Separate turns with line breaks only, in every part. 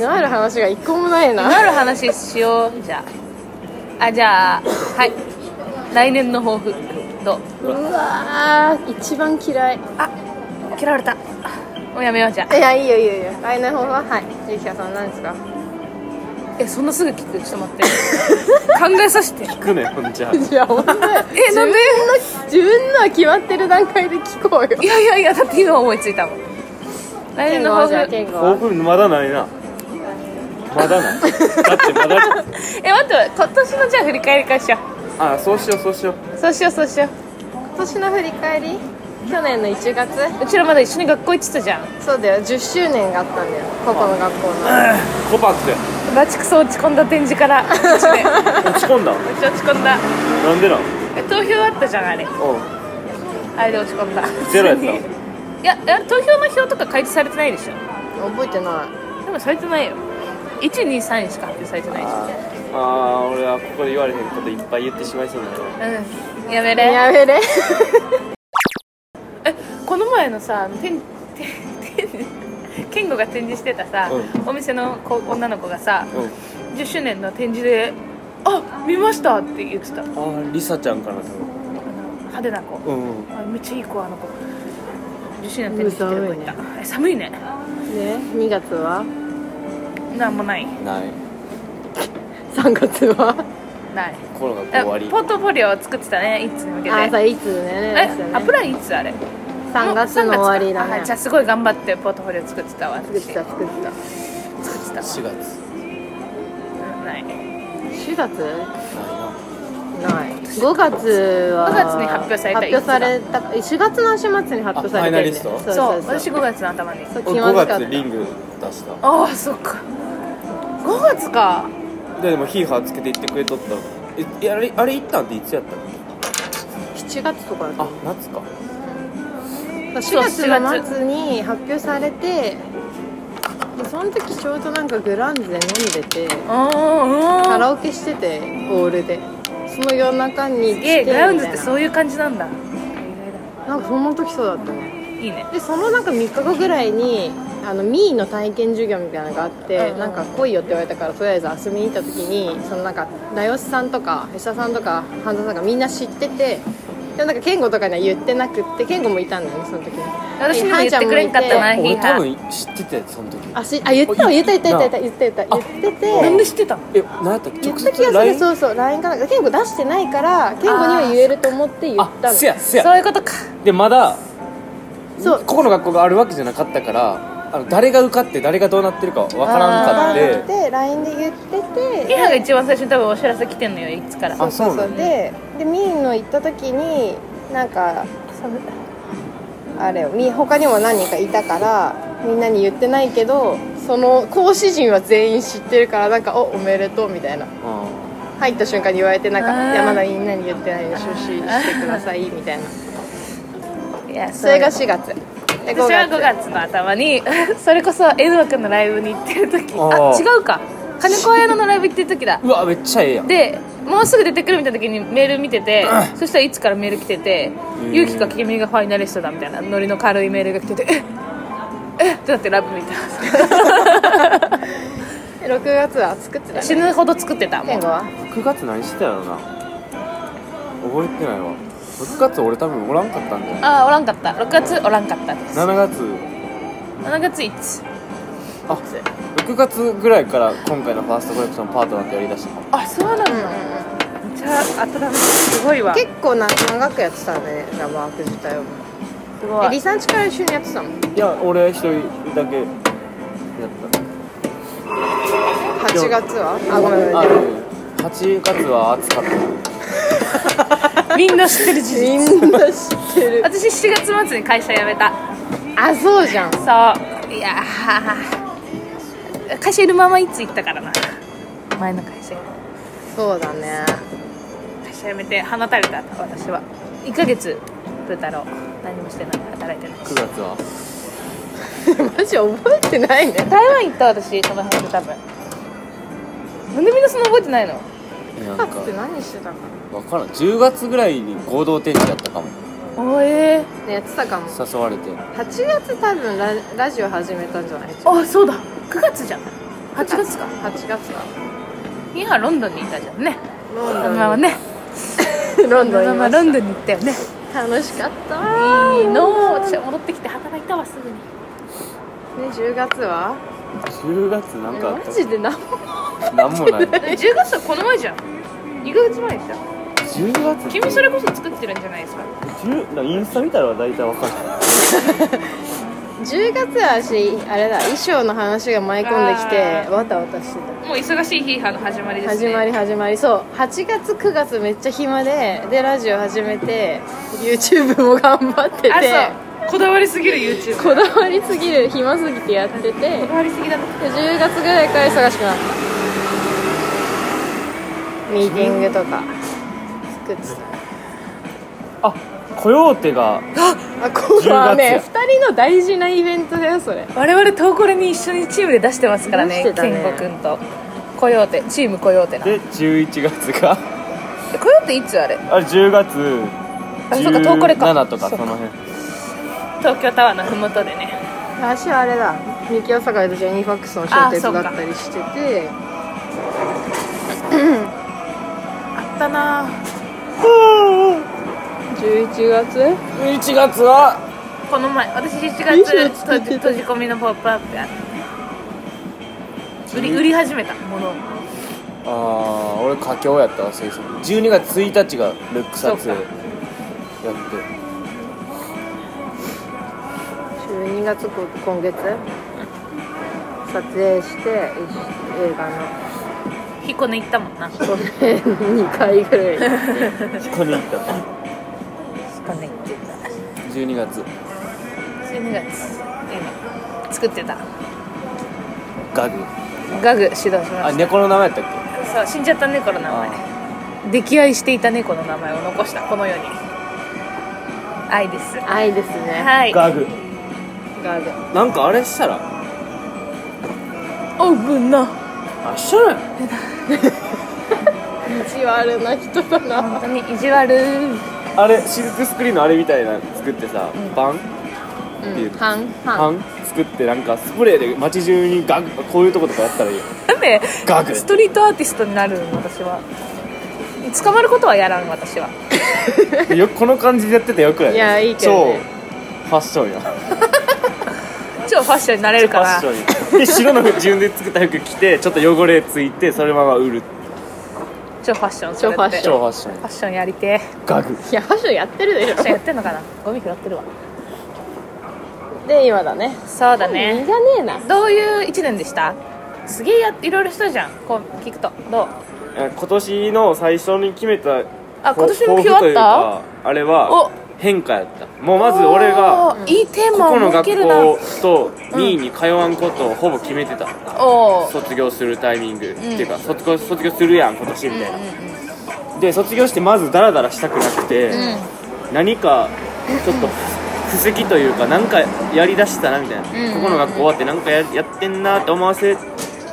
なる話が一個もないな
なる話しようじゃああじゃあはい来年の抱負どう
うわー一番嫌い
あ嫌われたもうやめようじゃ
いやいいよいいよいいよ来年方ははいゆきかさん何ですか
えそんなすぐ聞くちょっと待って考えさせて
聞くねほんじ ゃ
いやほんと
えなんで
自分のは決まってる段階で聞こうよ
いやいやいやだって今思いついたもん来年の抱負え
健吾
抱負まだないなまだないだって まだ
待って今年のじゃあ振り返り会しよ
あそうしようそうしよ
うそうしようそうしよ
今年の振り返り去年の1月
ううちらまだ一緒に学校行ってたじゃん
そうだよ10周年があったんだよここの学校の
うコパックで
バチクソ落ち込んだ展示からうちで
落ち込んだ
めっちゃ落ち込んだ
なんでなん
え投票あったじゃんあれ
う
あれで落ち込んだ
んゼロやった
いや いや投票の票とか開示されてないでしょ
覚えてない
でもされてないよ123しか発表されてないし
あーあー俺はここで言われへんこといっぱい言ってしまいそうだな
うんやめれ
や めれ
えこの前のさてんてんてん健吾が展示してたさ、
う
お店の子女の子がさ
うん
10周年の展示で「あ見ました!」って言ってた
あーリサちゃんかなと思
派手な子、
ううん
あめっちゃいい子あの子10周年の展示してる子いた
う
え寒いね
ね2月は
なんもない
ない
3月は
ない
コロナ
え
終わり
ポートフォリオを作ってたねいつに向けて
あさいつね
え
ですよね
アプライいつあれ
3月の終わりだ
あ
ね
じゃあすごい頑張ってポートフォリオ作ってたわ
作っ
私
てた作ってた
作ってた
4月
わない5
4月
ないな
ない5月は
5月に発表された
発表された4月の週末に発表されたよね
あファイナリスト
そう
そう
私5月の頭に
そう気
俺
ま
5
ずかった
月リング出した
ああそっか5月か
ででもヒーハーつけて行ってくれとったええあれあれ行ったんっていつやったの
7月とかだ
あ夏か
4月
そう4
の
月
末に発表されてでその時ちょうどなんかグランズで飲んでて
うん
カ
うん
ラオケしててオールでその夜中に来
すげ
て
えグラウンズって
う
そういう感じなんだ
なんかその時そうだったね
いいね
でそのなんか3日後ぐらいにあのミーの体験授業みたいなのがあって、
うん
なんか来いよって言われたからとりあえず遊びに行った時にそのなんか名吉さんとか吉田さんとか半田さんがみんな知っててでもなんか健吾とかには言ってなくって健吾もいたんだよねその時に
私にも言ってくれんかったな
は
ヒー
俺
ハ
多
ー
分知ってたよその時
あしあ言ったわ言った言った言った言った言った言って
あ
なん
て
で知ってたの
え何やったっけ
言っ
直
た気
接
がす
LINE?
るそうそう LINE かなんか健吾出してないから健吾には言えると思って言った
あ
の
せやせや
そういうことか
でまだ
そう
ここの学校があるわけじゃなかったからあの誰が受かって誰がどうなってるかわからんか
バ
っ
ーンってて LINE で言って
ヒ
て
ーハーが一番最初に多分お知らせ来てんのよいつから
そうそう
あそう
そ
な
うんででミーの行った時になんかそのあれよミー他にも何人かいたからみんなに言ってないけどその講師陣は全員知ってるからなんか「おおめでとう」みたいな
うん
入った瞬間に言われてなん
あー
か「いやまだみんなに言ってないの出資してくだ さい」みたいない
や
それが
私
4月で5
は
月
5月の頭に それこそ江戸君のライブに行ってる時あ
あー
違うか金子綾乃のライブ行ってる時だ
うわめっちゃええやん
でもうすぐ出てくるみたいな時にメール見てて、そしたらいつからメール来てて「
ん
ゆうきか君がファイナリストだ」みたいなノリの軽いメールが来てて「ええっ!」ってなってラブ見た
6月は作 ってた
死
ね
ぬほど作ってたも
健
ん
吾は
6月何してたやろな覚えてないわ6月俺多分おらんかったんだよ
ああおらんかった6月おらんかったです
7月
7月いつ
あ6月ぐらいから今回のファーストコレクションパートナーってやりだしたかも
あそうなんだ、めっちゃ温めてすごいわ
結構な長くやってたねラバーク自体を
すご
えリサーチから一緒にやってたの
いや俺一人だけやった
8月はあごめんごめん
あ8月は暑かった
みんな知ってる 事実
みんな知ってる
私7月末に会社辞めた
あそうじゃん
そういやー会社いるままいつ行ったからな前の会社
そうだね
会社辞めて放たれた私は1ヶ月プータロー何もしてない働いてない
9月は
マジ覚えてないね
台湾行った私その辺で多分なんでみんなそんな覚えてないの
なん
か
か
つて何してたのね
分からん10月ぐらいに合同展示やったかも
おえ
やってたかも
誘われて
8月多分ララジオ始めたんじゃない
あそうだ9月じゃん8月か
8月か
今ロンドンにいたじゃんね
ロ
そ
ン
の
ドン
ままね
ロ
そ
ンド
の
ンい
まま
ま
ロン
し
ドンに行ったよね
た楽しかった
いいの
ね
私は戻ってきて働いたわすぐに
10月は
10月なんかあっ
マジで何も
たなんもない10
10月はこの前じゃん2ヶ月前でしょ
月
君それこそ作ってるんじゃないですか
10なインスタ見たら大体わかる
10月はしあれだ衣装の話が舞い込んでき
あ
て
ー
わたわたしてた
もう忙しい日の始まりです
始
ね
まり始まりそう8月9月めっちゃ暇ででラジオ始めて YouTube も頑張ってて
あそうこだわりすぎる YouTube
こだわりすぎる暇すぎてやっててで
こだわりすぎだね
10月ぐらいから忙しくなったミーティングとか作って
あコヨーテが
たあこうは
10
ね
月
2人の大事なイベントだよそれ
我々東コレに一緒にチームで出してますから
出し
ね
てたね
健吾君とコヨーテチームコヨーテな
で11月が
えコヨーテいつあれ
あれ10月
あそうか東コレか
17とか
そ
そう
か
の辺
東京タワーのふもとでね
私はあれだミキオサカイとジェニー・ファックスの小
あ
鉄
そ
だ
うか
ったりしてて
あったな
11月
11月は
この前私7
いい
月
人作
閉
っ
じ
てた
閉じ込みのポップアップやって売り売り始めたものを
ああ俺佳境やったわ先生12月1日がルック撮影
そ
や
う
っ
か
て
12月こ今月撮影して一映画 の
彦根行ったもんな彦
去年2回ぐらい
彦根行ったの
根行ってた
12月
12月今作ってた
ガグ
ガグ指導しま
あ
し
猫の名前やったっけ
たそう死んじゃった猫の名前溺愛していた猫の名前を残したこの世に愛です
愛ですね
はい
ガグ
ガード
なんかあれしたら
オーブンの
あしたらや
意地悪な人だな
本当に意地悪
あれシルクスクリーンのあれみたいなの作ってさパンっていう
半
パ
半
ン作ってなんかスプレーで街中にガグこういうとことかやったらいいよ
なんで
ガグ
ストリートアーティストになるの私は捕まることはやらん私は
よこの感じでやっててよくない
いやいいけどね
超ファッションやフ
超ファッションになれるか
ァ
ら
ッションやで白の自分で作った服着てちょっと汚れついてそのまま売る
超ファッションそれっ
超
て
ファッショ
超ファッション
ファッションやりてえ
ガグ
いやファッションやってるでし
ファッションや
ょ
ってんのかなゴミ拾ってるわ
で今だね
そうだ
いい
ね
じゃねえな
どういう1年でしたすげえやいろいろしたじゃんこう聞くとどう
え今年の最初に決めた
あ
こ
今年の目標あ
抱負という
った
かあれ
お
は変化やったもうまず俺が
おーいいテー
こ
マ
この
を設
学
けるな
校と2位に通わんことをほぼ決めてた、
おお
卒業するタイミング、っていうか卒業卒業するやん今年みたいな、で卒業してまずダラダラしたくなくて、何かちょっと布石というか何かやりだしたなみたいな、ここの学校終わって何かややってんなって思わせ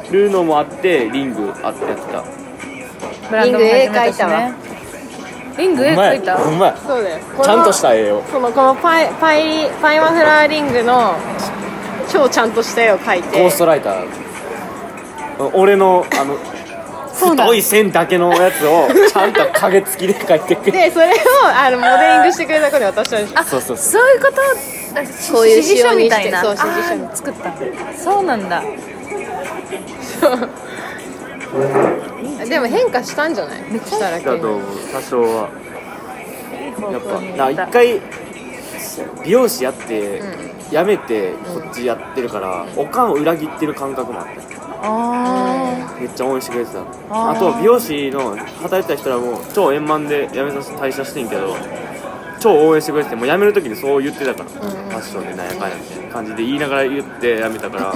るのもあってリングあってやってた
ブランドも始めたしねリング絵描いた
うまい
そうだよ
ちゃんとした絵を
このこのパイパイパイマフラーリングの超ちゃんとした絵を描いて
ゴーストライター俺のあの
そうなの
太い線だけのやつをちゃんと影付きで描いてくれ
でそれをあのモデリングしてくれた子に渡したんでしょ
あ
そうそうそう
そういうこと
こういう
指示書みたいな
仕様にしてそう指示書に
あー作ったそうなんだ
でも変化したんじゃないしたら
だ
急
と
に
思う多少はい
い方
やっ
向に
ぱな
行
一
った
回美容師やって、やめてこっちやってるから、おかんを裏切ってる感覚もあって
あ
めっちゃ応援してくれてたあ
あー
とは美容師の働いてた人らも超円満で辞めさせ退社してんけど超応援してくれててもう辞める時にそう言ってたから、ファッションでなんやかんやみたいな感じで言いながら言って辞めたから、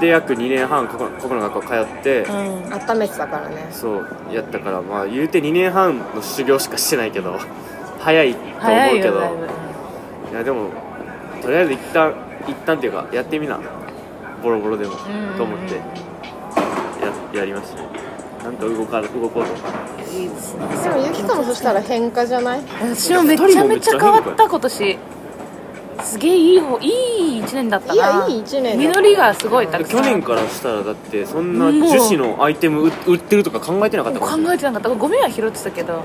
で約2年半ここここの学校通って、
あうん
温めてたからね
そうやったからまあ言うて2年半の修行しかしてないけど早いと思
早
う
い
け
よ
ど
だいぶ
いやでもとりあえず一旦一旦っていうかやってみなボロボロでも
んうん
と思ってややりましたねなんか動か動こうとか
いいですね
でもゆきかもそしたら変化じゃない
私もめちゃめちゃ変わった今年すげえいい方いい1年だった
いや
ない
い一年だった
実りがすごいたくさ
去
ん
年からしたらだってそんな
うん
樹脂のアイテム売売ってるとか考えてなかったかもしれ
考
ない
えてなかったゴミは拾ってたけど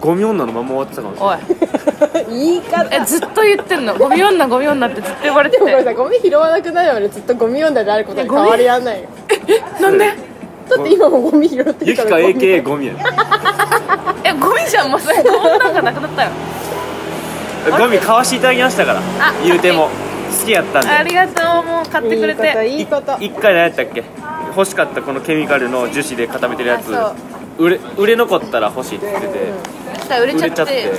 ゴミ女のまま終わってたかもしれ
おい
言い方
えずっと言ってんのゴミ女ゴミ女ってずっと言われて
でもこれ
て
さゴミ拾わなくなるまでずっとゴミ女であることに変わりはないよ
なんで
だって今もゴミ拾って
ないゆ
る
き
か
から AKA ゴミやね
えゴミじゃんまさにゴミ女がなくなったよ
ゴミ買わしていただきましたから
あ
言うても好きやったんで
ありがとうもう買ってくれて
いいこといい
一
こ
回何やったっけ欲しかったこのケミカルの樹脂で固めてるやつ
あ
売れ売れ残ったら欲しいって言ってて
そしたら売れ
売
ちゃ
れ
っ
ちゃって
て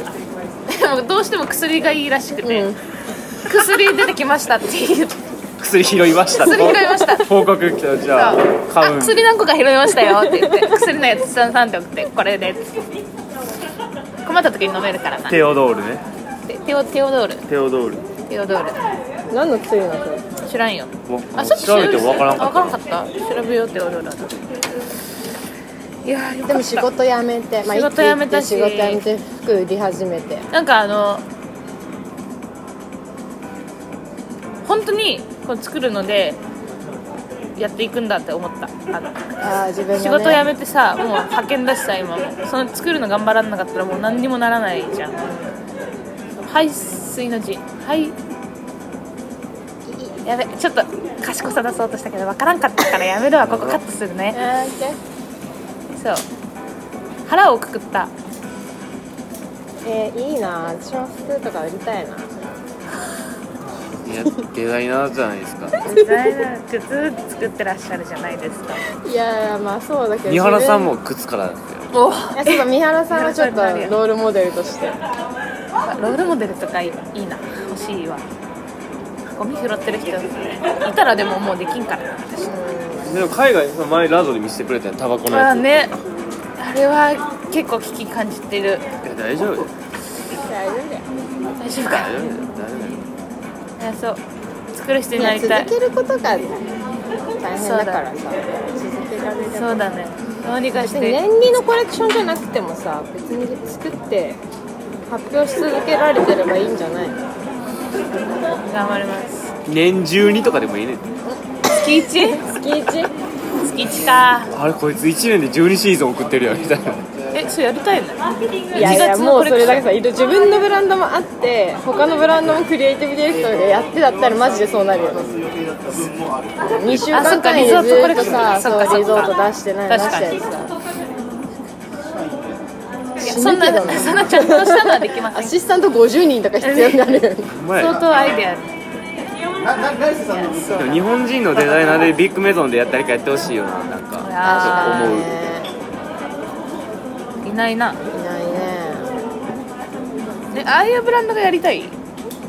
でもどうしても薬がいいらしくて、
うん
薬出てきましたって言って
薬拾いました
薬拾いました
報告来たじゃあ買
あ
うん
薬何個か拾いましたよって言って薬のやつさんさんって送ってこれでっつって困った時に飲めるからな
テオドールね
テテオテオドール
テオドール
テオドール
と何の薬なのそれ
知らんよ
わ
あちょっと
調べてもわからんか
わ
った
からんかった調べようテオドールいやーよかった
でも仕事辞めて、
仕事辞めたし
一気に行って仕事辞めて服売り始めて
なんかあの本当にこう作るのでやっていくんだって思ったあの
ああ自分が、ね、
仕事辞めてさもう派遣だしさ今もその作るの頑張らなかったらもう何にもならないじゃん排水の字はいやべちょっと賢さ出そうとしたけど分からんかったからやめるわここカットするね
あーで
そう腹をくくった
えー、いいな私も服とか売りたいない
やデザイナーじゃないですか
デザイナー靴作ってらっしゃるじゃないですか
いやいやまあそうだけど
三原さん
自
も靴からなんですよ
お
分いやそうだ三原さんはちょっと
三原さんになる
ロールモデルとして
ロールモデルとかいいいいな欲しいわゴミ拾ってる人いたらでももうできんから私
でも海外その前ラドで見せてくれたよタバコの
あ
や
あ
つ、
ねあれは結構危機感じてる
いや大丈夫だよ
大丈夫だよ
大丈夫
大
か
丈夫だよ大丈夫だよ
いやそう作る人に
い
なりた
や
い
続けることが大変だからさ続けられる
そうだねどうにかし
別に
て
年利のコレクションじゃなくてもさ別に作って発表し続けられてればいいんじゃないの
頑張ります
年中にとかでもいいねん
月一
月一
月一か
あれこいつ1年で12シーズン送ってるよみたいな
えそうやりたいの
いやいや
1月
も
の
う
コ
そ
レ
れ
クシ
だけ
ョ
さいる自分のブランドもあって他のブランドもクリエイティブディレクターがやってだったらマジでそうなるよ2週
あそ
間
っか
間に
リ
ず
ゾートコ
っ
レ
と
クショ
さ
ン
そうリ
そ
ゾ
っ
ー
かそっ
ト
か
出してない出
確
し
か
て
に
さ
ンいやそんなそんなちゃんとしたのはできま
ア
せん
シスタント50人とか必要になるよね
お前
相当アイデアある
でも日本人のデザイナーでビッグメゾンでやったりかやってほしいよななんか
あ
思う
ーいないな
ない
い
ね
えああいうブランドがやりたい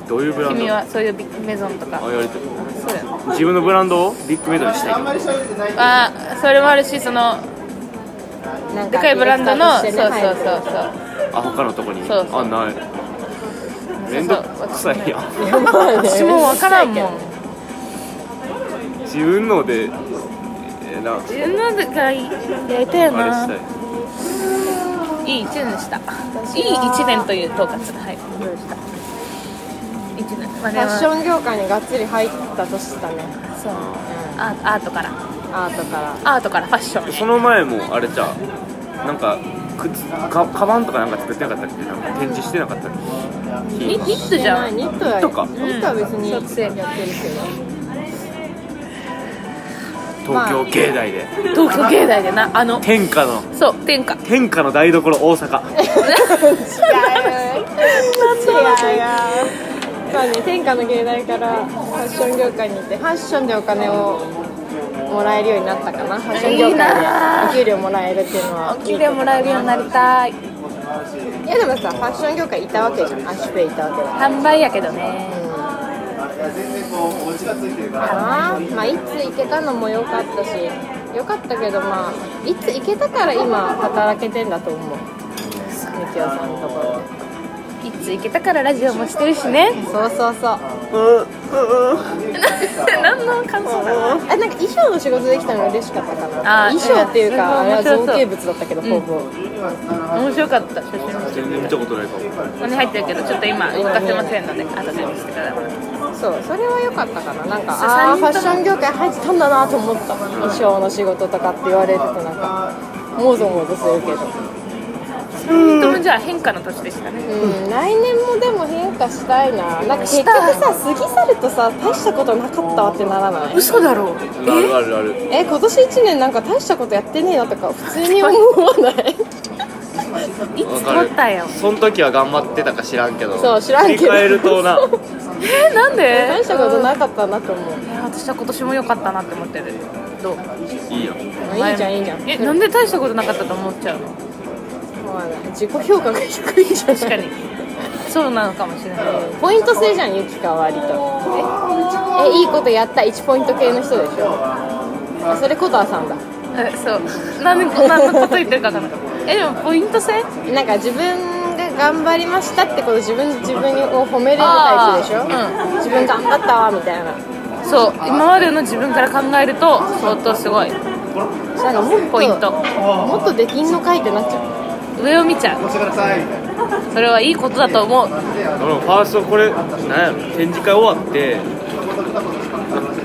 どういうブランド
君はそういうビッグメゾンとか
あやりたい
そうだよね
自分のブランドをビッグメゾンにしたいと
あーそれもあるしその
なん
でかいブランドの
デ
そう
ィレク
そう
ターとしてね
そうそう
あ他のとこに
そうそう
あないめんどくさいやん
はい
私もわからんもん
自分のでえーな
自分のがやりたいよ
あれし
な
たい
いい1年でしたいい1年という統括はい1年まあ
フ
でも
ァッション業界にがっつり入ったとしたね
そうアーアートから
アートから
アートからファッション
その前もあれじゃうなんか靴かカバンとかなんか作ってなかったっけなんか展示してなかったっけ
ニニットじゃん
ニットは
ニットか
ニットは別にや
うん
っ
そう
てるけど
東京芸大で
東京芸大でなあの
天下の
そう天下
天下の台所 大
違
阪
う違うそうね天下の芸大からファッション業界に行ってファッションでお金をもらえるようになったかなファッション業
いいな
界でお給料もらえるっていうのは
お給料もらえるようになりたい
いやでもさファッション業界いたわけじゃんアッシュペイいたわけだ
販売やけどね
からなまあいつ行けたのも良かったし良かったけどまあいつ行けたから今働けてんだと思うみきおさんのところ
一通行けたからラジオもしてるしね
そうそうそう
何の感想だな
あなんか衣装の仕事できたの嬉しかったかな
あー
衣装っていうかあ
うん
れは
そうそう
造形物だったけどほぼ、
面白かった写真も
全然見たことないかも
ここに入ってるけどちょっと今動かせませんので後で見せてください
そうそれは良かったかななんか
さ
あー
三
ファッ
人とも
ション業界入ってたんだなと思った衣装の仕事とかって言われるとなんかもぞもぞするけど
3人ともじゃあ変化の年でしたね
うん来年もでも変化したいななんか結局さ過ぎ去るとさ大したことなかったわってならない
嘘だろう
あるあるある
え今年1年なんか大したことやってねえなとか普通に思わ ない
いつ撮ったよ
その時は頑張ってたか知らんけど
そう知らんけど
振り返る とな
えなんで
大したことなかったなと思う
いや私は今年も良かったなって思ってるどう
いいよ
いいじゃんいいじゃん
えなんで大したことなかったと思っちゃうの
思わない自己評価が低いじゃん
確かに そうなのかもしれない
ポイント制じゃんユキカは割とええいいことやった1ポイント系の人でしょあそれ琴葉さんだ
えそうなんでこんなこと言ってるか分かんないえでもポイント制
なんか自分が頑張りましたってこと自分自分を褒めれるタイプでしょ、
あ
自分頑張ったわみたいな
そう今までの自分から考えると相当すごい
なんかもっと
ポイント
もっとできんのかいってなっちゃう
上を見ちゃうそれはいいことだと 思う
俺もファーストこれなんやろ展示会終わって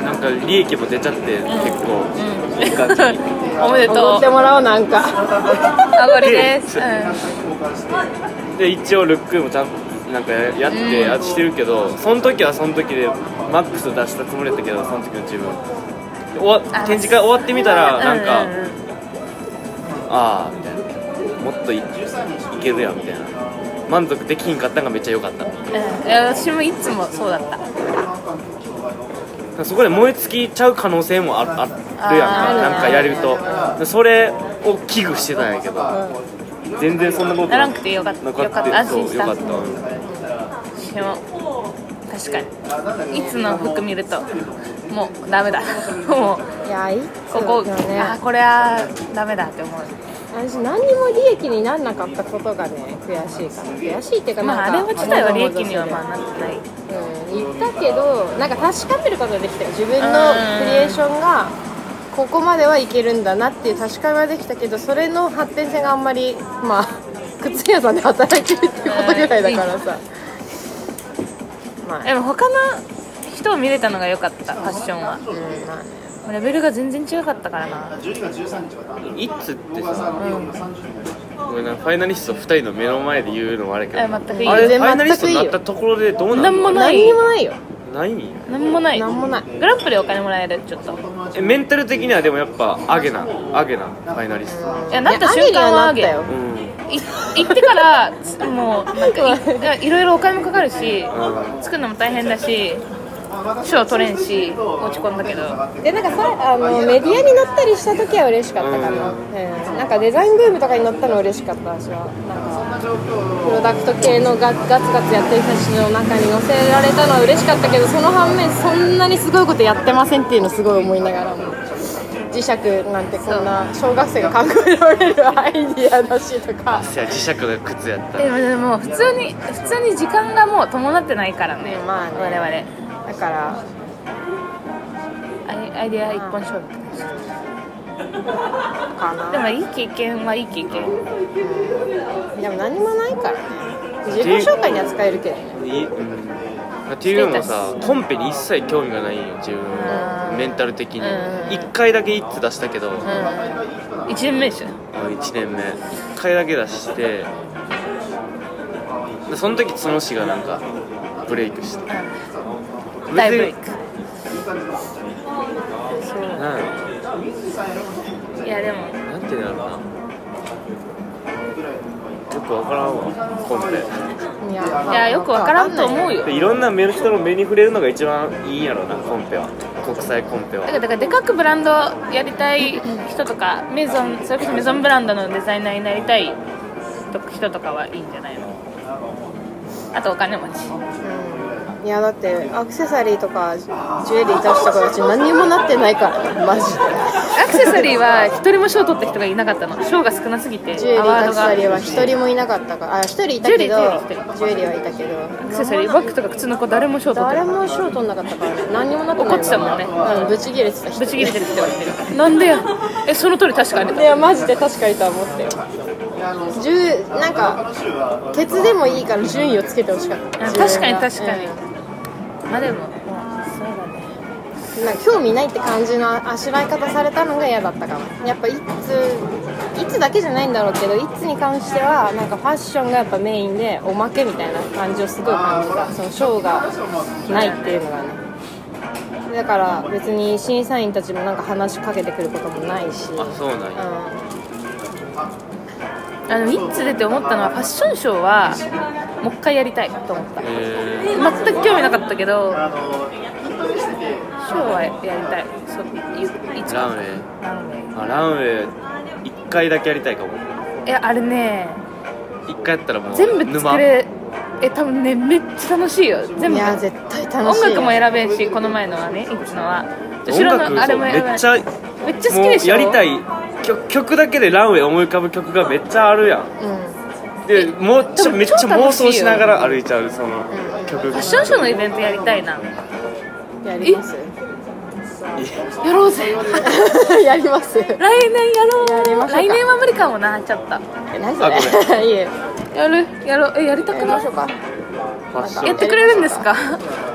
ななんか利益も出ちゃって結構いい感じに
おめでとう
踊ってもらおうなんか
あこれです、うん、
で一応ルックもちゃんなんかやってやってるけど、その時はその時でマックス出したつもりだったけどその時の自分で終わ
あ
展示会終わってみたらなんか、
うんうんうん
ああみたいなもっといいけるやんみたいな満足できひんかったんがめっちゃ良かっただか
うんいや私もいつもそうだった
らそこで燃え尽きちゃう可能性もあああるやん
あ
か
ー
なんかやるとでそれを危惧してたんやけど、全然そんなこと
ならんくてよかった
なか
よかっ
ったた
安
そう
心
よ
した
かったうん
でも確かにいつの服見るともうダメだ もう
いやいい
ここ、
よ
あ
ね
これはダメだって思う
私何にも利益になんなかったことがね悔しいから悔しいっていうかなん
まあ
か
あれは自体は利益には
もぞもぞする
まあなってない
うん、言ったけどなんか確かめることができたよ自分のクリエーションがここまではいけるんだなっていう確かめはできたけどそれの発展性があんまりまあ 靴屋さんで働いてるっていうことぐらいだからさ、まあ、
でも他の人を見れたのが良かったファッションは
うんまあね
レベルが全然違かったからな
イッツってさ、ごめんなファイナリスト2人の目の前で言うのもあれやけど
え全くいい
あれフ
全然
ァイナリスト
全くい
に
いよ
なったところでどうな
なんも
んの
ない
何にもないよ
ないんや
なんもない
何もない
グランプリお金もらえるちょっと
えメンタル的にはでもやっぱアゲなアゲなファイナリスト
いやなった瞬間はあげ
いやアゲにはなっ
うん、うん、
い行ってからつもうなんかいいやいろいろお金もかかるし作るのも大変だし賞取れんし落ち込んだけど
たよでなんかさあのメディアに乗ったりした時は嬉しかったかな、う
うん
んなんかデザインブームとかに乗ったの嬉しかった私はなんかプロダクト系のガガツガツやってる人たちの中に乗せられたのは嬉しかったけどその反面そんなにすごいことやってませんっていうのすごい思いながらも磁石なんてこんな小学生が考えられるアイディアだしとか
せや磁石が靴やった
でもでも普通に普通に時間がもう伴ってないからね,、
まあね
我々
だから
アイアイデア一本勝負って感じ
かな
でもいい経験はいい経験
でも何もないからね自己紹介には使えるけどね
いいうんっていうのもさコンペに一切興味がないんよ自分はメンタル的に
うん
1回だけイッツ出したけど、
うん1年目でしょ
1年目1回だけ出してでその時その詩がなんかブレイクして
大ブレイク
別に
そ
なんやろ
ういやでも
なんていうんだろうなよくわからんわコン
いや
いやよくわからんと思うよ
ペでいろんな目の人の目に触れるのが一番いいんやろなコンペは国際コンペ
だから
は
だからでかくブランドやりたい人とかメゾンそれこそメゾンブランドのデザイナーになりたい人とかはいいんじゃないのあとお金持ち
うんいやだってアクセサリーとかジュエリー出した子たち何にもなってないからねマジで
アクセサリーは一人も賞取った人がいなかったの賞が少なすぎて
ジュエリ
アワ
ーア
ード
クセサリー
が
は一人もいなかったからあ一人いたけど
ジ
ジ
ュエリー一人
ュエリーはいたけど
アクセサリーバッグとか靴の子誰も賞取って
誰
ない
も賞取んなかったからね何にもなってない
怒ってたもんね
うんぶち切れてた人
ぶち切れてるって言われてるなんでやえその通り確かに
いやマジで確かにとは思ったよ10なんか鉄でもいいから順位をつけてほしかった
あ確かに
10
確かに
うん
まあでもまあそうだね
なんか興味ないって感じのあしらい方されたのが嫌だったかもやっぱいついつだけじゃないんだろうけどいつに関してはなんかファッションがやっぱメインでおまけみたいな感じをすごい感じたそのショーがないっていうのがねだから別に審査員たちもなんか話しかけてくることもないし
あそうなんや
う
あの3つ出て思ったのはファッションショーはもう一回やりたいと思った
えー
全く興味なかったけどショーはやりたいそういいつ
ランウ
か
ェイ
ランウェ
あランウェイ一回だけやりたいかも
イいやあれね
一回やったらもう
全部作
沼
れえ多分ねめっちゃ楽しいよ全
んい
部
や絶対楽しいよ
音楽も選べんしこの前のはねいつのは後
音
ろ
楽
のあれも
め
選べん
っちゃ
めっちゃ好きでしょ
もうやりたい曲曲だけでランウェイ思い浮かぶ曲がめっちゃあるやん
うん、うん
でもうち
で
ょ
も
めっちゃ
超楽しいよ
妄想しながら歩いちゃうその
うん
曲
ファッションショーのイベントやりたいな
やります
やろうぜ
やりますえ
来年やろ
やりましょう
う
か
来年は無理かもなちょっと
何
あ
それいいよ
やるやろうえやりた
や
く
り
な
ま
い
しょうか
ファッシ
や
ョ
っ
ン
てくれるんですか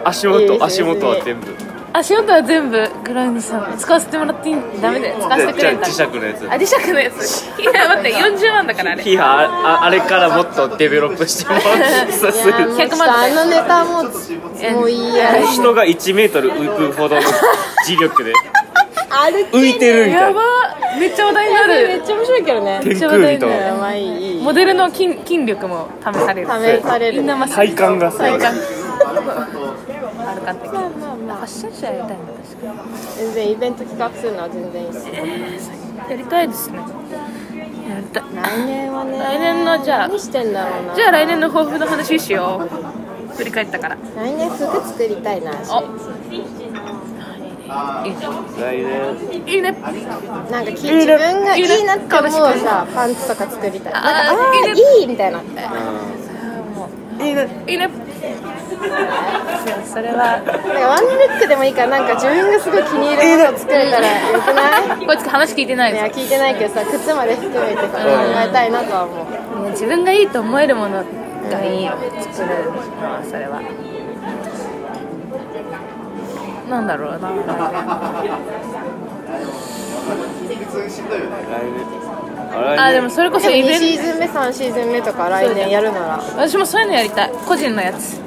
足
いいです
元
ね
足元は全部
足元は全部グラウンドさん使わせてもらっていいダメだよ使わせてく
じゃ
れ
あ
んだ
磁石のや
あ磁石のやついや待って40万だから あ
つ
れ
ヒーハーあああれからもっとデベロップしても らってさ
い
す
やもうちょっ
100
と
万
あのネタももういいや
人が1メートル浮くほどの磁力で
歩
浮いてるみた
や
い
ば
な
めっちゃ話題にな
めっ
る
ちゃ面白いけどね
めっ
天
ちゃ話題
空
に
人
なる
まあいいいい
モデルの筋筋力も試される
試される
みんなまさ
体幹がすごい
体幹あるかって
まあまあま
ファッションショーやりたいの確か
あ全然イベント企画するのは全然いいです
にやりたいですねやりたい
来年はね
来年のじゃあ
何してんだろうな
じゃあ来年の抱負の話しよう振り返ったから
来年服作りたいな
おいいね
来年
いいね
なんかき自分がい
いいね
いなって思うさパンツとか作りたいなんか
あー
あ
いい
ー
ね
いいみたいななん
いいねいいねそれは
かワンルックでもいいからなんか自分がすごい気に入るもの作れたらよくない
こいつ話聞いてない
いや
ぞ
聞いてないけどさ靴まで含めてさ考えたいなとは思う
自分がいいと思えるものがいいよ作るのはそれはなんだろうな
来年あ来年
あでもそれこそイ
2
ベ
シ
ント
ーズン目3シーズン目とか来年やるなら
私もそういうのやりたい個人のやつ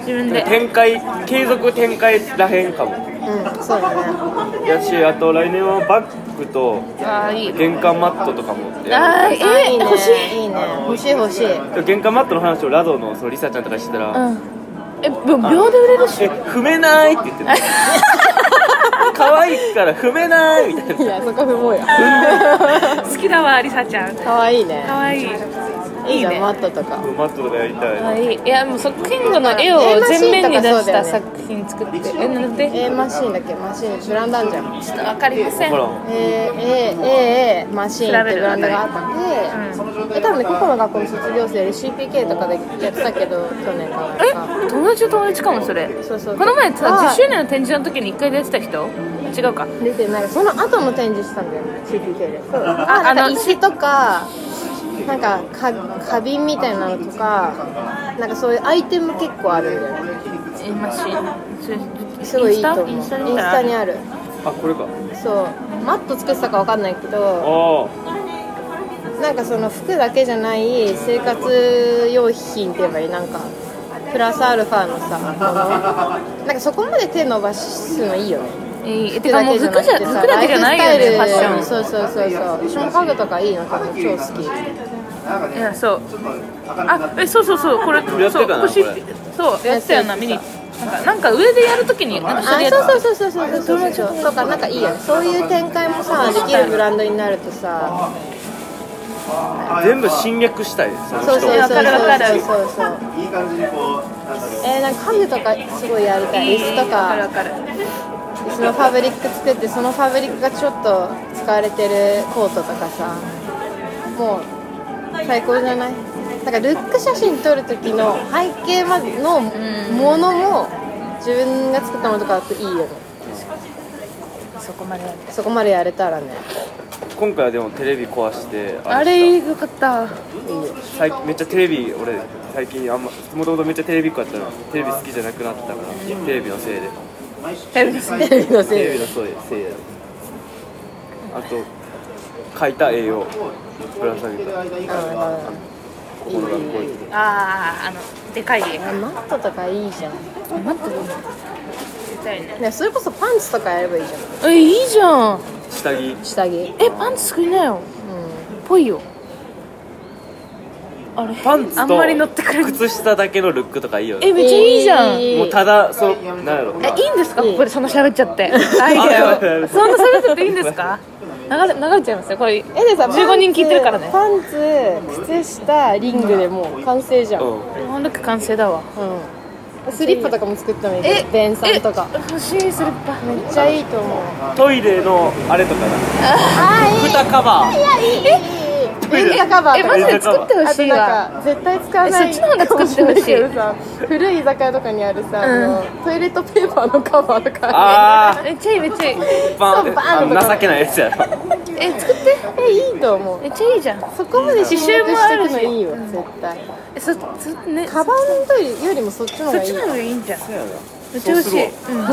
自分で
展開継続展開らへんかも
うんそうだね
やしあと来年はバッグと
ああいい
玄関マットとかも
あーえ
あいい
ー
ね
欲しい
いいね欲しい欲しい
玄関マットの話をラドのそのリサちゃんとかしてたら「
うんえぶ秒で売れるっし
え踏めない」って言ってた可愛いから踏めないみたい
いやそこ踏もうよ
ょ好きだわリサちゃん
かわいいね
かわいい
いいじゃ
いいね
んマットとか
なマットとかやりたい
かわいいいやもう作品後の絵を全面に出した作品作ってえなんで
A マシーンだっけマシーンブランドあんじゃん
ちょっとわかりません
ほら
AAA マシーンってブランドがあ
調
ってえ多分ねここの学校の卒業生で CPK とかでやってたけど去年か
え
な
友達の友達かもそれ
そうそう
この前さ
あ
10周年の展示の時に1回出てた人違うか
出てないその後も展示してたんだよね CPK で
あ
ああ
あの
の石とかなんかか花瓶みたいなのとかなんかそういうアイテム結構あるんだよね
えマシそれ
すごいいいと思う
イ
イ
ン
ン
ス
ス
タ
タ
に見たら
にある
あこれか
そうマット作ってたかわかんないけど
あ
なんかその服だけじゃない生活用品って言えばいいなんかプラスアルファのさものなんかそこまで手伸ばすのいいよね
えーてかもう服じゃ服だけじゃない
ライ
よ
フス
ねファッシ
タイル
ョ
そうそうそうそう私も家具とかいいの多分超好き
ンいやそうあえそうそうそうこれ
やってたな
そう腰
これ
そうやってたよな
やっ
見
て
に
た
行ったなんかなんか上でやるときになんかそれや
あ
った
そうそうそうそうそうそうそうそうとかなんかいいよねそういう展開もさできるブランドになるとさ
全部侵略したいその人
そうそうそう
わ
そう
かるわかる
そうそう
いい感じにこうなんだろう
えー、なんか家具とかすごいやりたい椅子と
わかるわ
か
かる
椅子のファブリック作ってそのファブリックがちょっと使われてるコートとかさもう最高じゃないなんかルック写真撮る時の背景までのものも自分が作ったものとかだといいよね
そこまで
そこまでやれたらね
今回はでもテレビ壊して
あ
し
れよかっ
いい
た
よ
た最近めっちゃテレビ俺最近あんまもともとめっちゃテレビっ子やったのテレビ好きじゃなくなってたから、テレビのせいで
テレビですね
テレビの
テレ
せい
ビのせいせいであと書いた栄養ぶら下げた
あ
ここの学校に
あああのでかい絵
ーマットとかいいじゃん
待って絶対ね
ねそれこそパンツとかやればいいじゃん
えいいじゃん
下着
下着
えパンツ作りなよ
う
ぽいよあれ
パンツと
あんまり乗ってくれない
靴下だけのルックとかいいよね
えめっちゃいいじゃん、
いい
もうただそのなんやろ
えいいんですかここでそんな喋っちゃ って大
やばい
丈
や
夫
ば い
そんな喋っちゃっていいんですか流れ流れちゃいますよこれ
えでさ
15人聞いてるからね
パンツ靴下リングでもう完成じゃん、うん
うん
音楽完成だわ
スリッパとかも作ったのにベンさんとか
え欲しいスリッパ
めっちゃいいと思う
トイレのあれとかな蓋カバー
ベンタカバー
え
と
マ
か
ジで作ってほ
あ
し
と
いわ
なんか絶対使わない
えそっちの方が作ってほし
か
い
もれなけどさ 古い居酒屋とかにあるさ、あのトイレットペーパーのカバーとか
あ
めっちゃいいめっちゃいい
ーパンあの情けないやつ やろ
え作って
えいいと思う
めっちゃいいじゃん
そこまで刺繍もあるのいいよ絶対
えそそね
カバントイレよりもそっちの方
そ
が
っ
いい
ちの方がいいんじゃんめっちゃ
そ
欲
う
し
す
い
るわ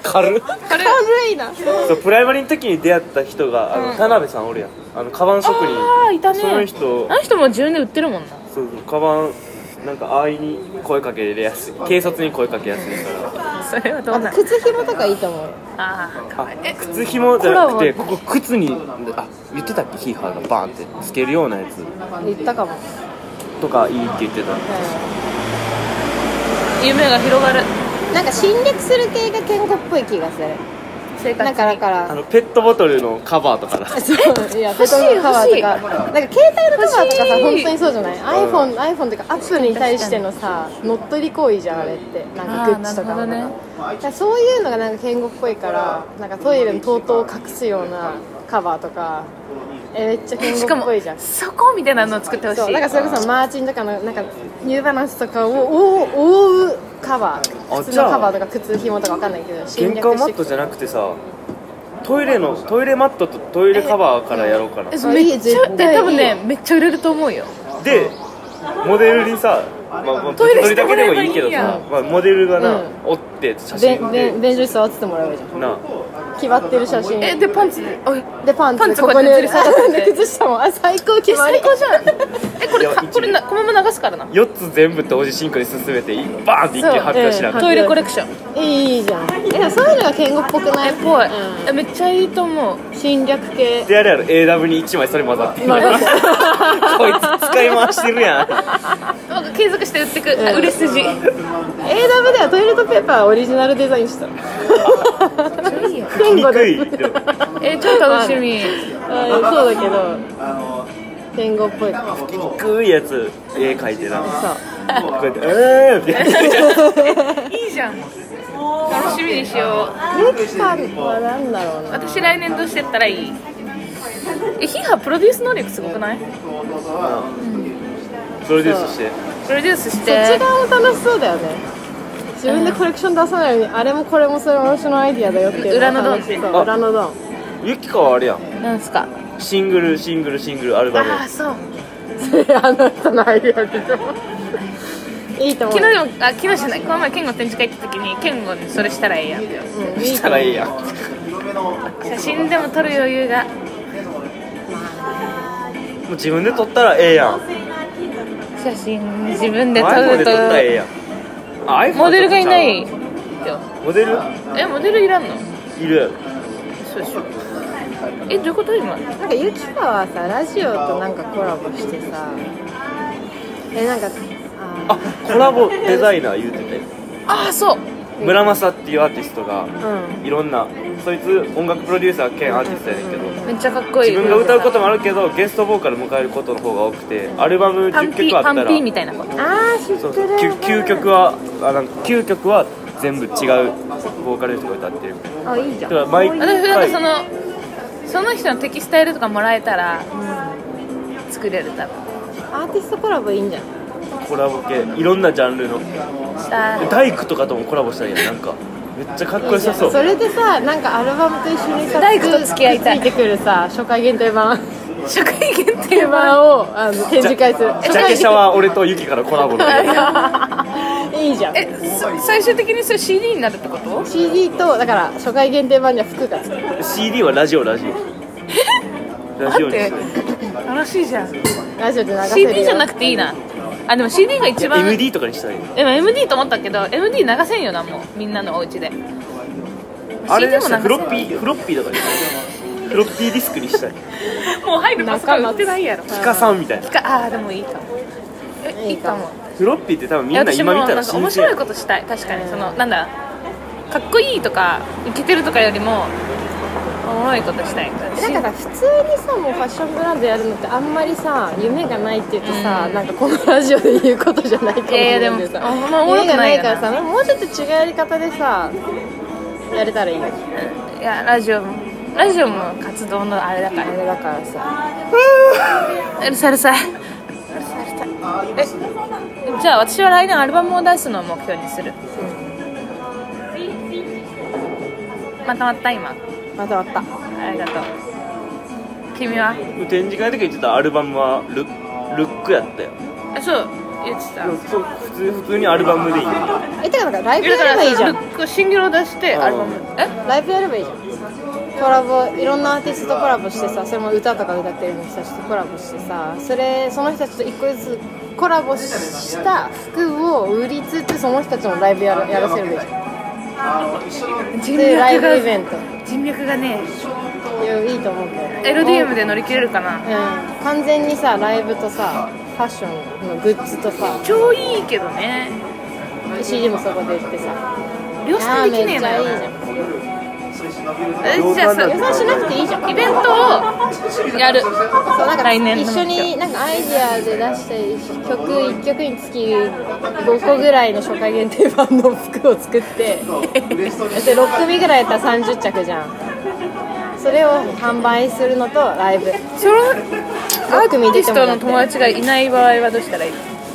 軽っ
軽いな
そうプライマリの時に出会った人があの田辺さんおるやんあのカバン職人
ああいたね
その人
あの人も自分で売ってるもんな
そうそうカバンなんか安易に声かけれやすい警察に声かけやすいから
それはどう
あ
な
と
の
靴ひもとかいいと思うよ
ああかわいい
あ靴紐じゃなくてここ靴にあ言ってたっけヒーハーがバンってつけるようなやつ
言ったかも、
とかいいって言ってた
夢が広がる
なんか侵略する系が健康っぽい気がする
生活
なんかだか
あ
ら
のペットボトルのカバーとかだ
そういやペ
欲しい
ットのカバー
欲し
と
い
かなんか携帯のカバーとかさ
欲しい
本当にそうじゃない iPhone, iPhone とかアップルに対してのさ乗っ取り行為じゃんあれってなんかグッズとか
あーなるほ
だからそういうのがなんか健吾っぽいからなんかトイレの灯灯を隠すようなカバーとかえめっちゃ健
し
吾
か
っ
も
ぽいじゃん
そこみたいなのを作ってほしい
そうだからそれこそマーチンとかのなんかニューバランスとかを覆う覆うカバー
あ
靴
じゃ
の
あ
カバーとか靴紐とかわかんないけど侵
玄
略
関
し
マ
て
ット
く
じゃなくてさトイレのトイレマットとトイレカバーからやろうかな
えそうめっち
いい
ゃ
絶対いい
え多分ねめっちゃ売れると思うよ
でモデルにさ、まあ、まあ
トイレして
鳥だけでもいいけど
もらえば
さ
いい、
まあ、モデルがな、
うん
おって写
べ
真
ん
で
べん便所に座っててもらえばいいじゃん
な
決まってる写真
えでパンツおい
でパンツ
パンツ
こ
こう
こ
やっ
に
て吊り下がって
で靴下もあ最高決
え
まり
最高じゃんえこれ
いや
かこれなこのまま流すからな
4つ全部同時進行で進めてバーンって一気に発表しな
そうえ
くて、
トイレコレクション
いいじゃんえでもそういうのが健吾っぽくない
えっぽい
うん
えめっちゃいいと思う
侵略系
であれやろ AW に1枚それ混ざってるこいつ使い回してるやん
なんか継続して売ってくあ売れ筋
AW ではトイレットペーパーオリジナルデザインした
見にくいでも
え超楽しみ
あそうだけど健吾っぽいから
見にくいやつ絵描いてな
そう
こうやって「えー」みたいない
いじゃん楽しみにしよう
レッカーはなんだろうな
私来年どうしてったらいいえヒーハープロデュース能力すごくない
プロデュースして
プロデュースし
そっち
て
側も楽しそうだよね自分でコレクション出さないようにあれもこれもそれも私のアイディアだよっていう
裏のドン
そう
あ
裏のドン
ユキカはあれやん
なんすか
シングルシングルシングルアルバム
ああそう
それあの人のアイディアでしょいいと思う
昨日でもあ昨日じゃないこの前ケンゴ展示会行った時にケンゴにそれしたらええやん
うんいい
したらいいやん
写真でも撮る余裕が
もう自分で撮ったらええやん
写真自分で撮
iPhone
る
で撮ったらええ
と
やんあ iPhone
モデルがいない
撮っち
よ
ゃうモデル
えモデルいらんの
いるやろ
そうでしょえどういうこと今
なんかゆきかはさラジオとなんかコラボしてさえなんかあ
あコラボデザイナー言うてたよ
ああそう
村正っていうアーティストが
うん
いろんなそいつ音楽プロデューサー兼アーティストやねんけど
めっちゃかっこいい
自分が歌うこともあるけどゲストボーカル迎えることの方が多くてアルバム
パン
10
ピ
曲
ー
あった
パ
ら
ンピーみたいなこと
あー知
そう
っ
そ
て
う
る
9, 曲はあなんか9曲は全部違うボーカルの人が歌ってる
あいいじゃ
だ
ん
から毎
私なんか
回
その、その人のテキスタイルとかもらえたら作れる多分
アーティストコラボいいんじゃない
コラボ系いろんなジャンルの
した
大工とかともコラボしたりやんなんかめっちゃかっこよさそう
それでさなんかアルバムと一緒にさ
大工と付き合いたい
くっついてくるさ初回限定版
初回限定
定版をあの展示会する
ジャケシャは俺とユキからコラボの
いいじゃん
えそ最終的にそれ CD になるってこと
CD とだから初回限定版じゃ服がつく
CD はラジオラジオラジオにして
待楽しいじゃん
ラジオで流せるよ
CD じゃなくていいなあでも CD が一番
MD とかにしたい
えまあ MD と思ったけど MD 流せんよなもうみんなのお家で
あれ
CD も流せ
でさ
ない
フロッピーフロッピーとかにしたいフロッピーディスクにしたい
もう入るパソコン売ってないやろ
ピカさんみたいな
ピカああでもいいかもえい
い
い
い
か
か
も
も
フロッピーって多分み
い
ん
や
な
私
今
も
見
な
たら
んか
信
面
じな
白
い
いことしたい確かにそのなんだかっこいいとかイケてるとかよりもおもろいことしたい
なんかさ普通にさもうファッションブランドやるのってあんまりさ夢がないって言うとさ、なんかこのラジオで言うことじゃないと思うんだ
えーで
け
も
どさ、
あんまおもろく
夢が
な
ないい
よな
からさもうちょっと違うやり方でさやれたらいいよね
いやラジオもラジオも活動のあれだか
あれだからさ
らうるさいうるさいうるさいうるさいえじゃあ私は来年アルバムを出すのを目標にする、またまた今
まだ終わった
ありがとう君は
展示会の時に言ってたアルバムはルルックやったよ
あそう言ってた
そう普通普通にアルバムでいい
えてかだからライブ
だ
や
か
れば
ら
いいじゃ
ル
ん
ックシングルを出して
うん
アルバムえ
ライブやればいいじゃんコラボいろんなアーティストとコラボしてさそれも歌とか歌ってる人たちとコラボしてさそれその人たちと一個ずつコラボした服を売りつつその人たちのライブやるやらせるべきじゃん
人
でライブイ
脈
ベン
が
ト
人脈がね
いやいいと思うけどね
LDM で乗り切れるかな
うん完全にさライブとさファッションのグッズとさ
超いいけどね
CD もそこで売ってさ
量産できねえな
あー
よ
めっちゃいいじゃん
えじゃあさ
予算しなくていいじゃん
イベントをやる
そうなんか
来年の
一緒になんかアイディアで出した曲1曲につき5個ぐらいの初回限定版の服を作ってで6組ぐらいやったら30着じゃんそれを販売するのとライブ
そのア
ア
ー
ー
テ
ティ
ィス
ス
ト
ト
の
の
友
友
達がいない場合はどうしたらいい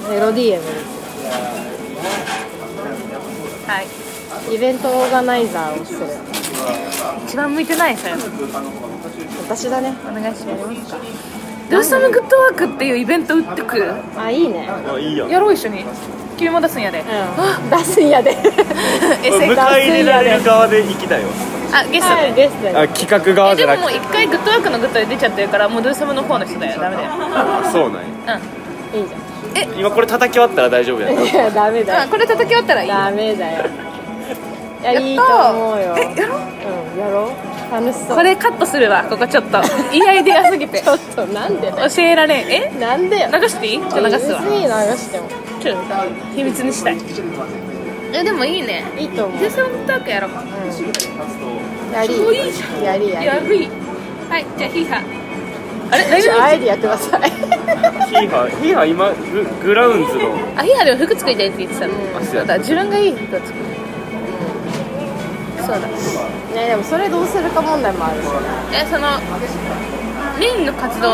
メロディエム
はい
イベントオーガナイザーをする
一番向いてないさよ
私だね
お願いしますかどうしたのグッドワークっていうイベント打ってくる
あいいね
あいいやん
やろう一緒に君も出すんやで
うん出すんやで
え
迎え
せ
入れられる側で行きたいわ
あゲスト
は
ね
いゲストで
あ企画側
え
じ
で
ゃ
も
な
もう
くて
一回グッドワークのグッドで出ちゃってるからもうドゥーサムの方の人だよダメだよ
あそうなんや
う
いいじゃ
今これ叩き割ったら大丈夫やなん
いやダメだ
ん
よ
これ叩き終わったらいい
ダメだよいや
やった
いいと思うよ
えやろう
うんやろう楽しそう
これカットするわここちょっと いいアイデアす ぎて
ちょっとなんでだよ
教えられんえ
なんでよ
流していいじゃあ流すわ
別に流しても
ちょっと秘密にしたいえでもいいね
いいと思う
デスクタークやろう
や
超
り
いいじゃん
やりやり
やるいはいじゃあヒーハーあれライ
ち
ブ
ょアイディアください
ヒーハーヒーハー今ググラウンズの
あヒーハーでも服作りたいって言ってたの
あそう
そ
や
うだ自分がいい服を作るそうだ
ねでもそれどうするか問題もあるし
えそのメインの活動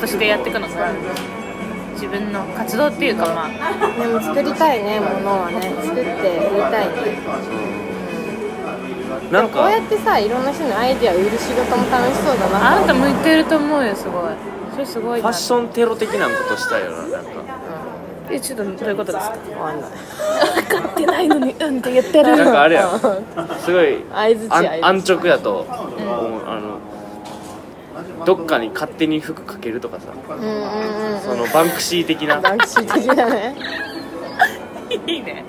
としてやっていくのさ自分の活動っていうかまあ
でも作りたいねものはね作って売りたいね
なん
こうや
か
ってさいろんな人にアイディア売る仕事も楽しそうだな
あなた向いてると思うよすごいそれすごい
ファ
な
ッションテロ的なことしたいよななんか
えちょっとどういうことですか
分かんない
分かってないのにうんって言ってる
なんかあれやんすごい
相づち
あ
相
ん安直やと、もうあのどっかに勝手に服かけるとかさ
うんうんうん
そのバンクシー的な
バンクシー的だね
いいね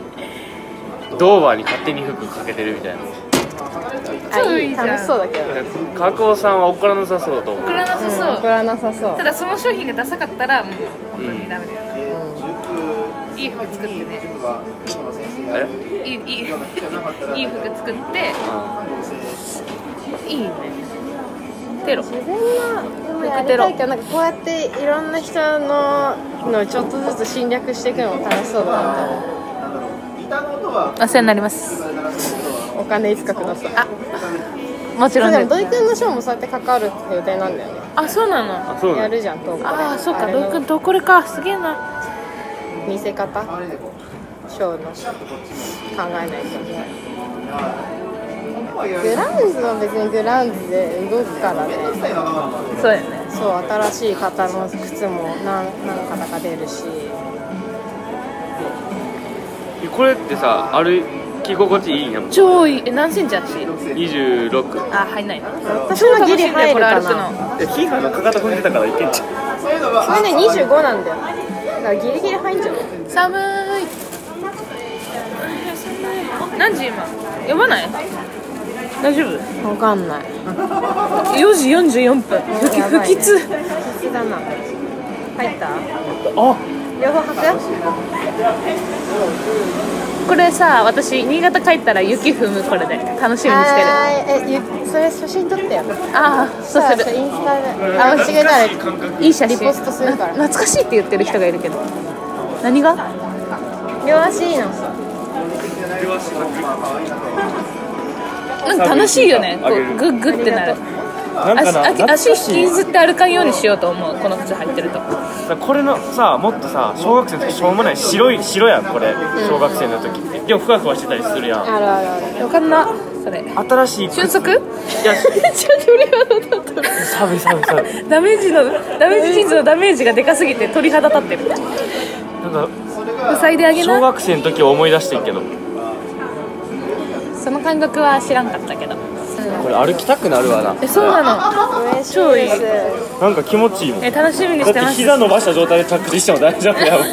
ドーバーに勝手に服かけてるみたいな
あい
いい
い
じゃん
楽しそうだけどね
加工さんは怒らなさそうだと思う
これはな
う
さ
ん
そう
怒らなさそう
ただその商品がダサかったらもう本当にダメ
うん
だよな、いい服作ってね
あれ
いいいいいい服作っていいねテロ
自分のでもやりたいけどなんかこうやっていろんな人ののをちょっとずつ侵略していくのも楽しそうだなと
お世話になります
思うお金いつかください
あもち
そ
ろ
うんで
で
も土井君のショーもそうやって関わる予定なんだよね
あそうなの
あそうな
や
んだ
るじゃん東
ああそうかど
土
うくんどこれかすげえな
見せ方ショーの考えないとねグラウンズは別にグラウンズで動くからね
そうやね
そう新しい型の靴も何何型か出るし
これってさ歩き心地いいんやもん
超いいえ何センチあっち
26
あ入んないな
私はギリ入るかな
これ歩くの
えヒーハーのかかと踏んでたからいけんじゃん
これね25なんだよだからギリギリ入んじゃう
寒い何時今呼ばない大丈夫
わかんない
4時44分不
やばい
不吉
必死だな入った
あ
両方履く
これさ私新潟帰ったら雪踏むこれで楽しみにしてる
あーえゆそれ写真撮ってよ
ああそうす
さあ
る
インスタであ間違えたら
いい写真
リポストするから
懐かしいって言ってる人がいるけど何が
両足いいの
なんか楽しいよねこ
あげる
うグッグってなる
なんかな
足
懐か
足
しい
足引きずって歩かんようにしようと思うこの靴履いてると
これのさもっとさ小学生の時しょうもない白い白やんこれ小学生の時ってでもふわふわしてたりするやん
あるあるある
分かんなそれ
新しい
俊足ちょっ
や
と俺はどうだった
寒い寒い寒い
ダメージのダメージ人数のダメージがでかすぎて鳥肌立ってる
なんか
塞いであげ
小
な
学生の時を思い出してんけどこ
その感覚は知らんかったけど
れ歩きたくなるわな
えそうなの
嬉し
超
い
いい
です
なんか気持ちいいもん
え楽しみに
だっ
して
て
ます
膝伸ばした状態で着地しても大丈 夫やもん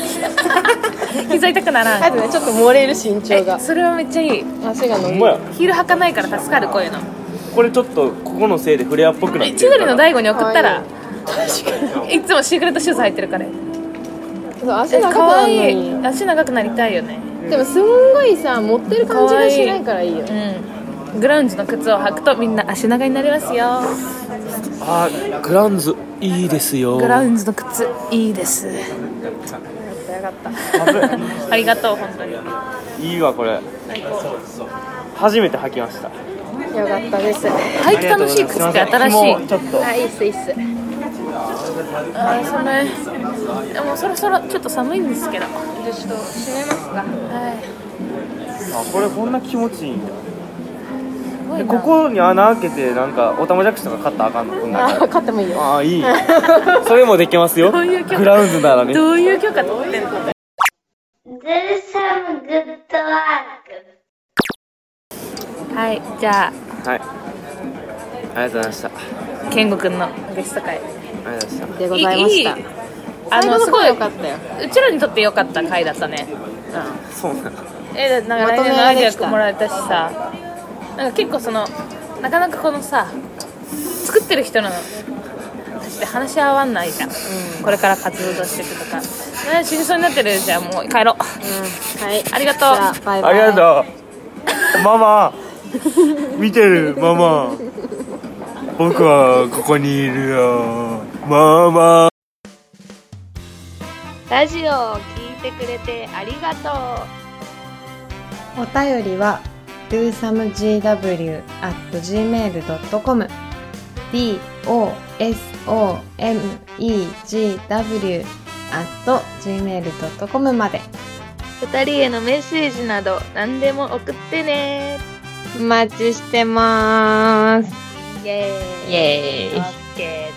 膝痛くなら
あ
ん
とねちょっと漏れる身長が
えそれはめっちゃいい
足が伸
ほ
び
ん
る
まや
ヒール履かないから助かるこういうの
これちょっとここのせいでフレアっぽくなっ
え
て
千
るか
鳥の
ら
大悟に送った
あ
らいつもシークレットシューズ履いてるから
そう足
え
長く
可
なる
愛
の
い
に
足長くなりたいよね
でもすんごいさ持ってる感じがしないからいいよ
うんグラウンジの靴を履くとみんな足長になりますよ
あーグランズいいですよ
グラウンジの靴いいです
よかった
ありがとう本当に
いいわこれ
最高
初めて履きました
よかったです
履いて楽しい靴って新しい
もうちょっと
あいいっすいいっす
あー寒いでもそろそろちょっと寒いんですけど
じゃあちょっと閉めますか
はい
あこれこんな気持ちいいんだ
すごい
で
な
ここに穴開けてなんかオタマジャクシとか買ったらあかんのこんな
あ
ん
買ってもいいよ
ああいい それもできますよ
どういう曲
グラウンズならね
どういう許可取ってんの
There is some good work.
はいじゃあ
はいありがとうございましたあ
健吾くんのゲスト会
りがとうございまし
でございました
いいいい
最
あ
後
の
の
すご
声
い
よ
う
かったよ
ちらにとって良かった回だったね
たそうなんだ
えなんか
まと
来
め
年のアイデ
できた
アもらえたしさなんか結構そのなかなかこのさ作ってる人の私で話し合わないじゃん、これから活動していくとかね死にそうになってるじゃんもう帰ろ
う
う
んはい
ありがとう
じゃあバイバ
あ
イ
りがとうママ見てるママ僕はここにいるよママ
ラジオを聞いてくれてありがとう。
お便りは do some gw gmail.com d o s o m e g w gmail.com まで
二人へのメッセージなど何でも送ってね。
お待ちしてます。
イエーイ。
イエーイ
オッケー